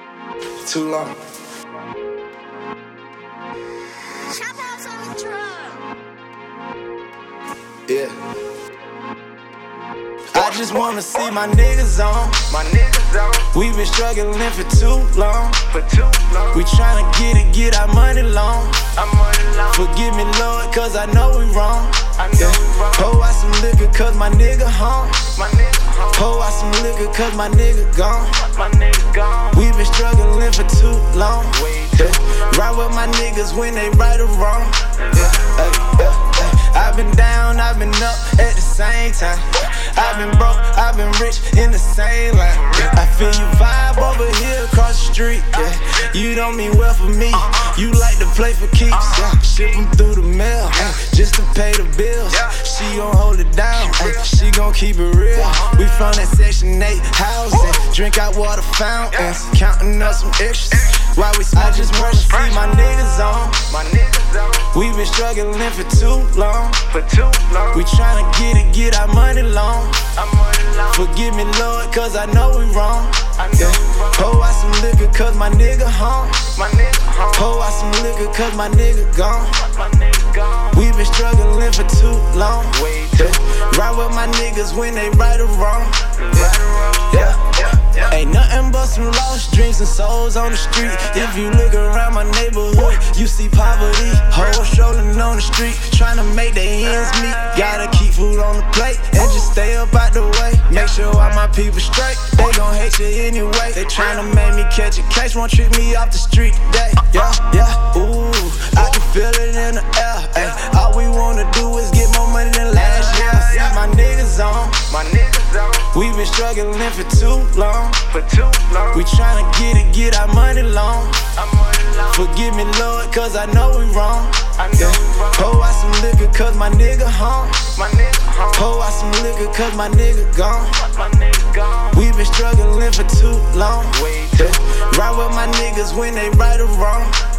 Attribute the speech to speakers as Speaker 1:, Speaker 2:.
Speaker 1: for too long.
Speaker 2: Chop house on the drum.
Speaker 1: Yeah. I just wanna see my niggas on.
Speaker 3: My niggas out
Speaker 1: We been struggling for too long.
Speaker 3: for too long.
Speaker 1: We tryna get it, get our money long.
Speaker 3: I'm on lock.
Speaker 1: Forgive me, Lord, cause I know we wrong.
Speaker 3: I know we wrong.
Speaker 1: Pour out some liquor, cause my nigga home.
Speaker 3: My nigga home.
Speaker 1: Pour out some liquor, cause my nigga gone.
Speaker 3: My nigga gone.
Speaker 1: We been struggling for too long.
Speaker 3: Way too
Speaker 1: Yeah. Ride with my niggas when they right or wrong. Yeah. Ay, ay, ay. I've been down, I've been up at the same time. I've been broke, I've been rich in the same line. Yeah. I feel you vibe over here across the street. Yeah. You don't mean well for me. You like to play for keeps. Yeah. Ship 'em through the mail ay, just to pay the bills.
Speaker 3: Yeah.
Speaker 1: She gon' hold it down. ay, She gon' keep it real. We from that section 8 housing. Drink out water fountains. Counting up some extras. Why we smoke? I just wanna see my niggas on.
Speaker 3: My niggas out
Speaker 1: We been struggling for too long.
Speaker 3: for too long.
Speaker 1: We tryna get it, get our money long.
Speaker 3: I'm on lock.
Speaker 1: Forgive me, Lord, cause I know we wrong.
Speaker 3: I know we wrong.
Speaker 1: Pour out some liquor, cause my nigga home.
Speaker 3: My nigga home.
Speaker 1: Pour out some liquor, cause my nigga gone.
Speaker 3: My nigga gone.
Speaker 1: We been struggling for too long.
Speaker 3: Way too long.
Speaker 1: Ride with my niggas when they right or wrong.
Speaker 3: Right around.
Speaker 1: Yeah.
Speaker 3: Yeah. Yeah.
Speaker 1: Ain't nothing but some lost dreams and souls on the street. If you look around my neighborhood, you see poverty. Hoes strolling on the street, trying to make their ends meet. Gotta keep food on the plate and just stay up out the way. Make sure all my people straight. They gon' hate you anyway. They tryna make me catch a case, won't treat me off the street today. Yeah, yeah, ooh, I can feel it in the air. Ay, all we wanna do is get more money than last year. See my niggas on.
Speaker 3: My niggas out
Speaker 1: We been struggling for too long.
Speaker 3: for too long.
Speaker 1: We tryna get it, get our money long.
Speaker 3: I'm on lock.
Speaker 1: Forgive me, Lord, cause I know we wrong.
Speaker 3: I know we wrong.
Speaker 1: Pour out some liquor, cause my nigga home.
Speaker 3: My nigga home.
Speaker 1: Pour out some liquor, cause my nigga gone.
Speaker 3: My nigga gone.
Speaker 1: We been struggling for too long.
Speaker 3: Way too long.
Speaker 1: Ride with my niggas when they right or wrong.